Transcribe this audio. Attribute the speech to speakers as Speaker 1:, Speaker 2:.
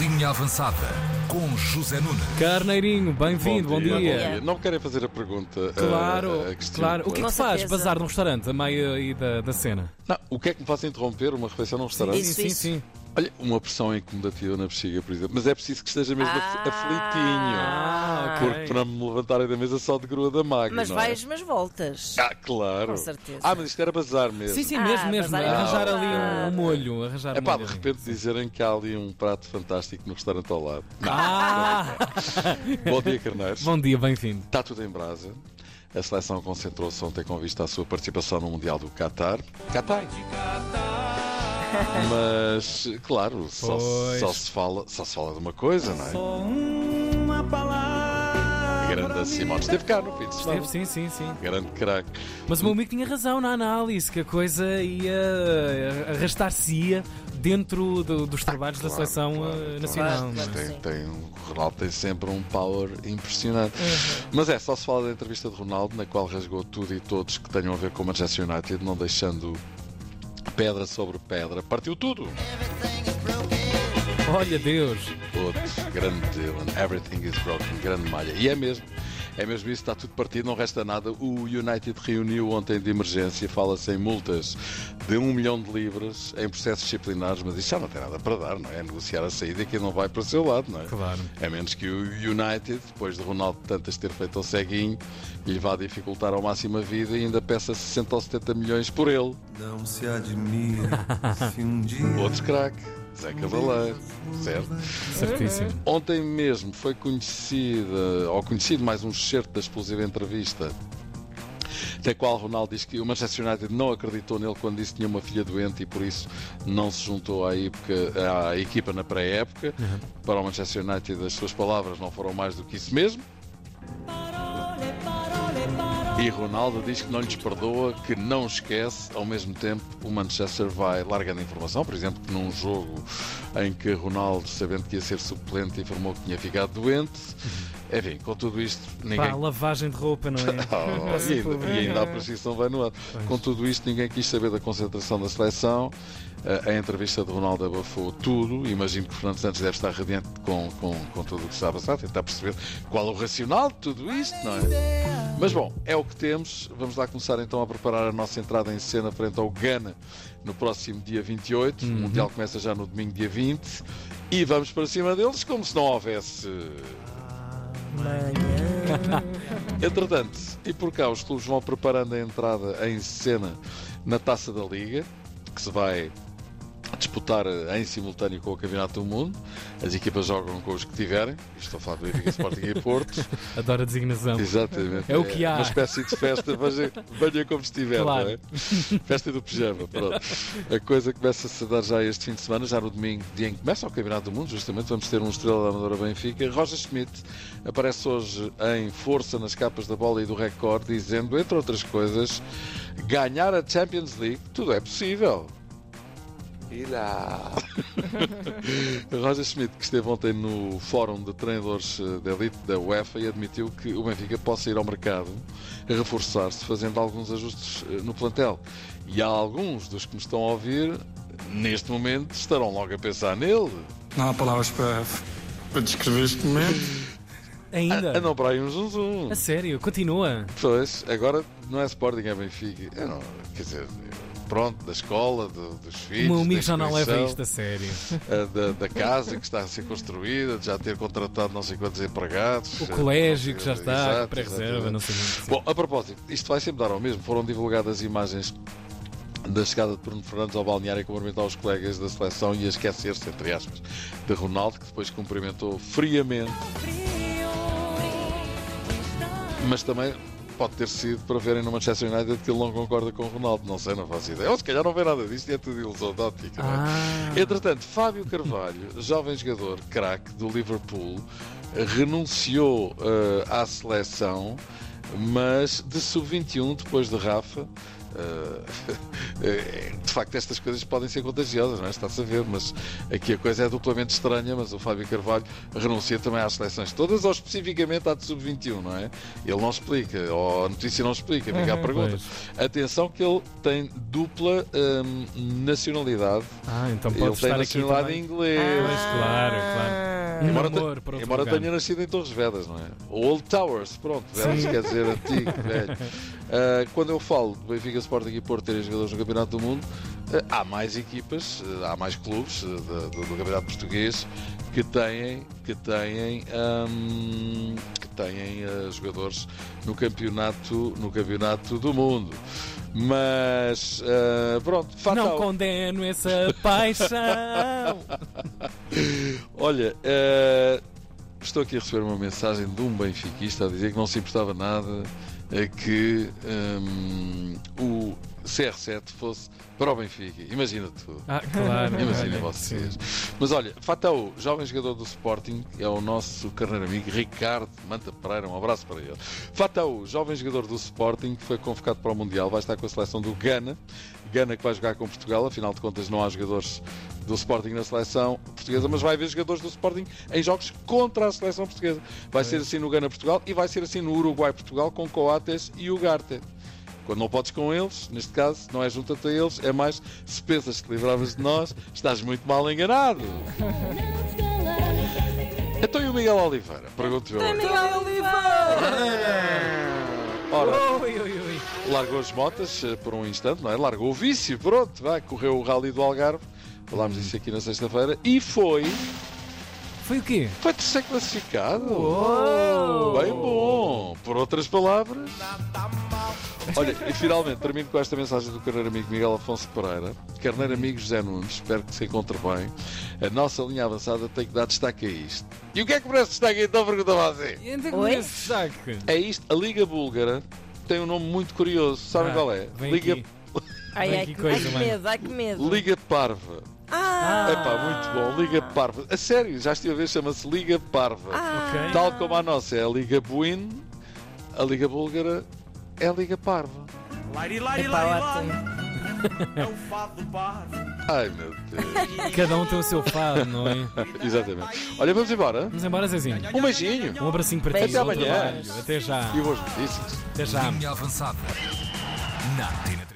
Speaker 1: Linha Avançada com José Nunes.
Speaker 2: Carneirinho, bem-vindo, bom,
Speaker 3: bom
Speaker 2: dia.
Speaker 3: Não me querem fazer a pergunta. eh,
Speaker 2: Claro,
Speaker 3: a- a Cristina,
Speaker 2: claro. O que é
Speaker 3: claro.
Speaker 2: que
Speaker 4: Com
Speaker 2: faz
Speaker 4: certeza.
Speaker 2: bazar num restaurante a meio aí da, da cena?
Speaker 3: Não, o que é que me faz interromper uma refeição num restaurante?
Speaker 4: Isso,
Speaker 2: sim,
Speaker 4: isso.
Speaker 2: sim.
Speaker 3: Olha, uma pressão incomodativa na bexiga, por exemplo. Mas é preciso que esteja mesmo af- aflitinho.
Speaker 2: Ah, ok.
Speaker 3: Porque para me levantarem da mesa só de grua da magra.
Speaker 4: Mas
Speaker 3: não
Speaker 4: vais,
Speaker 3: É?
Speaker 4: mas voltas.
Speaker 3: Ah, claro.
Speaker 4: Com certeza.
Speaker 3: Ah, mas isto era bazar mesmo.
Speaker 2: Sim, sim,
Speaker 4: Ah,
Speaker 2: mesmo, mesmo.
Speaker 4: bazar é
Speaker 2: Arranjar
Speaker 3: bom.
Speaker 2: ali um, um molho, arranjar
Speaker 3: É
Speaker 2: um
Speaker 3: pá, de
Speaker 2: molho ali.
Speaker 3: repente dizerem que há ali um prato fantástico no restaurante ao lado. Não.
Speaker 2: Ah,
Speaker 3: Bom dia, carneiros.
Speaker 2: bom dia, bem-vindo.
Speaker 3: Está Tá tudo em brasa. A seleção concentrou-se ontem com vista à sua participação no Mundial do Qatar. Qatar! Mas, claro, só,
Speaker 2: Pois.
Speaker 3: só se fala, só se fala de uma coisa, não é? Só uma palavra. Grande Simone. Esteve cá no fim de semana.
Speaker 2: Esteve, sim, sim, sim.
Speaker 3: Grande craque.
Speaker 2: Mas o meu amigo tinha razão na análise, que a coisa ia arrastar-se-ia dentro do- dos trabalhos da
Speaker 3: Ah, Claro,
Speaker 2: seleção
Speaker 3: claro,
Speaker 2: eh,
Speaker 3: claro.
Speaker 2: nacional.
Speaker 4: Claro,
Speaker 2: não é?
Speaker 3: Tem,
Speaker 4: Sim.
Speaker 3: tem, o Ronaldo tem sempre um power impressionante.
Speaker 2: Uhum.
Speaker 3: Mas é, só se fala da entrevista de Ronaldo, na qual rasgou tudo e todos que tenham a ver com o Manchester United, não deixando pedra sobre pedra. Partiu tudo!
Speaker 2: Olha Deus,
Speaker 3: Outro grande Dylan, Everything is Broken, grande malha. E é mesmo, é mesmo isso, está tudo partido, não resta nada. O United reuniu ontem de emergência, fala-se em multas de um milhão de libras em processos disciplinares, mas isto já não tem nada para dar, não é? É negociar a saída e quem não vai para o seu lado, não é?
Speaker 2: Claro.
Speaker 3: A menos que o United, depois de Ronaldo tantas ter feito ao ceguinho, lhe vá dificultar ao máximo a vida e ainda peça 60 ou 70 milhões por ele.
Speaker 5: Não se admire se um dia.
Speaker 3: Outro craque, Zé Cavaleiro, certo?
Speaker 2: certíssimo.
Speaker 3: Ontem mesmo foi conhecida, ou conhecido mais um excerto da explosiva entrevista, na qual Ronaldo diz que o Manchester United não acreditou nele quando disse que tinha uma filha doente e por isso não se juntou à, época- à equipa na pré-época. Para o Manchester United, as suas palavras não foram mais do que isso mesmo. E Ronaldo diz que não lhes perdoa, que não esquece. Ao mesmo tempo, o Manchester vai largando informação. Por exemplo, que num jogo em que Ronaldo, sabendo que ia ser suplente, informou que tinha ficado doente. Enfim, com tudo isto,
Speaker 2: Pá,
Speaker 3: ninguém.
Speaker 2: lavagem de roupa, não é?
Speaker 3: Oh, e, ainda, e ainda a prescrição vai no ar. Com tudo isto, ninguém quis saber da concentração da seleção. A, a entrevista de Ronaldo abafou tudo. Imagino que Fernando Santos deve estar radiante com, com, com tudo o que está a passar, tentar perceber qual é o racional de tudo isto, não é? Mas bom, é o que temos. Vamos lá começar então a preparar a nossa entrada em cena frente ao Ghana no próximo dia 28. O Mundial começa já no domingo, dia 20. E vamos para cima deles como se não houvesse. Entretanto, e por cá, os clubes vão preparando a entrada em cena na Taça da Liga, que se vai disputar eh, em simultâneo com o Campeonato do Mundo. As equipas jogam com os que tiverem. Estou a falar do Benfica, Sporting e Porto.
Speaker 2: Adoro a designação.
Speaker 3: Exatamente.
Speaker 2: É o que há.
Speaker 3: Uma espécie de festa, veja, venha como estiver,
Speaker 2: Claro.
Speaker 3: não é? Festa do pijama, pronto. A coisa começa-se a dar já este fim de semana, já no domingo, dia em que começa o Campeonato do Mundo, justamente, vamos ter um estrela da Amadora Benfica. Roger Schmidt aparece hoje em força nas capas da bola e do recorde, dizendo, entre outras coisas, ganhar a Champions League, tudo é possível. Roger Schmidt, que esteve ontem no Fórum de Treinadores eh, de Elite da UEFA e admitiu que o Benfica possa ir ao mercado a reforçar-se, fazendo alguns ajustes eh, no plantel. E há alguns dos que me estão a ouvir, neste momento, estarão logo a pensar nele.
Speaker 5: Não há palavras para, para descrever este momento.
Speaker 2: Ainda?
Speaker 3: Andam para aí um zum zum.
Speaker 2: A sério, continua.
Speaker 3: Pois, agora não é Sporting, é Benfica. Eu não, quer dizer, pronto, da escola, do- dos filhos.
Speaker 2: o meu
Speaker 3: da
Speaker 2: amigo já não leva
Speaker 3: instituição.
Speaker 2: isto a sério.
Speaker 3: a da, da casa que está a ser construída, de já ter contratado não sei quantos empregados.
Speaker 2: O colégio que já está,
Speaker 3: Exato,
Speaker 2: pré-reserva,
Speaker 3: exatamente.
Speaker 2: não sei muito.
Speaker 3: Bom, a propósito, isto vai sempre dar ao mesmo. Foram divulgadas imagens da chegada de Bruno Fernandes ao balneário e cumprimentar os colegas da seleção e a esquecer-se, entre aspas, de Ronaldo, que depois cumprimentou friamente. Mas também pode ter sido para verem no Manchester United que ele não concorda com o Ronaldo. Não sei, não faço ideia. Ou se calhar não vê nada disto e é tudo ilusão de óptica. não é?
Speaker 2: Ah,
Speaker 3: Entretanto, Fábio Carvalho, jovem jogador craque do Liverpool, renunciou eh, à seleção, mas de sub-21, depois de Rafa, de facto, estas coisas podem ser contagiosas, não é? Está-se a ver, mas aqui a coisa é duplamente estranha. Mas o Fábio Carvalho renuncia também às seleções todas, ou especificamente à de sub-21, não é? Ele não explica, ou a notícia não explica, fica a pergunta. Atenção, que ele tem dupla hum, nacionalidade.
Speaker 2: Ah, então pode
Speaker 3: Ele tem um
Speaker 2: estar aqui
Speaker 3: nacionalidade
Speaker 2: também.
Speaker 3: inglesa.
Speaker 2: Pois, claro,
Speaker 4: Ah.
Speaker 2: claro. Um
Speaker 3: Ah. Embora,
Speaker 2: amor
Speaker 3: te-
Speaker 2: para outro
Speaker 3: embora
Speaker 2: lugar.
Speaker 3: tenha nascido em Torres Vedas, não é? Old Towers, pronto, Vedas quer dizer antigo, velho. Ah, quando eu falo de Benfica, Sporting e Porto terem jogadores no Campeonato do Mundo, ah, há mais equipas, ah, há mais clubes ah, do, do- do Campeonato Português que têm, que têm, ahm, que têm ah, jogadores no campeonato, no campeonato do Mundo. Mas ah, pronto,
Speaker 2: Não
Speaker 3: fatal.
Speaker 2: condeno essa paixão.
Speaker 3: Olha, eh, estou aqui a receber uma mensagem de um benfiquista a dizer que não se importava nada eh, que hum, o CR7 fosse para o Benfica. Imagina tudo.
Speaker 2: Ah, claro.
Speaker 3: Imaginem
Speaker 2: olha,
Speaker 3: vocês.
Speaker 2: sim.
Speaker 3: Mas olha, Fatau, jovem jogador do Sporting, é o nosso carneiro amigo Ricardo Manta Pereira. Um abraço para ele. Fatau, jovem jogador do Sporting, que foi convocado para o Mundial, vai estar com a seleção do Gana. Gana que vai jogar com Portugal. Afinal de contas, não há jogadores do Sporting na seleção portuguesa, mas vai haver jogadores do Sporting em jogos contra a seleção portuguesa.
Speaker 2: É.
Speaker 3: Vai ser assim no Gana-Portugal e vai ser assim no Uruguai-Portugal com Coates e Ugarte. Quando não podes com eles, neste caso, não é junta-te a eles, é mais se pensas que te livravas de nós, estás muito mal enganado. Então e o Miguel Oliveira? Pergunto eu.
Speaker 4: Miguel Oliveira!
Speaker 3: Ora,
Speaker 2: Ui, ui, ui.
Speaker 3: largou as motas eh, por um instante, não é? Largou o vício, pronto, vai, correu o Rally do Algarve, falámos disso aqui na sexta-feira, e foi,
Speaker 2: Foi o quê?
Speaker 3: foi terceiro classificado.
Speaker 2: Oh!
Speaker 3: Bem bom, por outras palavras. Olha, e finalmente termino com esta mensagem do carneiro amigo Miguel Afonso Pereira. Carneiro amigo José Nunes, espero que se encontre bem. A nossa linha avançada tem que dar destaque a isto. E o que é que merece destaque então, pergunta você?
Speaker 2: Entra com
Speaker 4: Oi?
Speaker 2: então, esse saco.
Speaker 3: É isto, a Liga Búlgara tem um nome muito curioso, sabem
Speaker 2: Ah,
Speaker 3: qual é?
Speaker 2: vem
Speaker 3: Liga,
Speaker 2: aqui.
Speaker 4: Ai,
Speaker 2: Bem,
Speaker 4: ai,
Speaker 2: que
Speaker 4: que,
Speaker 2: coisa,
Speaker 4: ai, que
Speaker 2: mãe.
Speaker 4: medo, ai que medo.
Speaker 3: Liga Parva.
Speaker 4: Ah,
Speaker 3: Epá, muito bom, Liga
Speaker 2: Ah.
Speaker 3: Parva. A sério, já estive a ver, chama-se Liga Parva.
Speaker 2: Ok.
Speaker 3: Tal como a nossa é a Liga Buin, a Liga Búlgara é a Liga Parva.
Speaker 6: Lari, lari,
Speaker 4: Epá,
Speaker 6: lari,
Speaker 4: ótimo.
Speaker 6: lari. É o fado bar.
Speaker 3: Ai meu Deus.
Speaker 2: Cada um tem o seu fado, não é?
Speaker 3: Exatamente. Olha, vamos embora.
Speaker 2: Vamos embora, Zezinho.
Speaker 3: Um beijinho
Speaker 2: Um abracinho para ti.
Speaker 4: Até
Speaker 2: bom
Speaker 3: amanhã.
Speaker 2: trabalho. Até já.
Speaker 3: e boas notícias.
Speaker 2: Até já.
Speaker 1: Linha avançada. Na Tina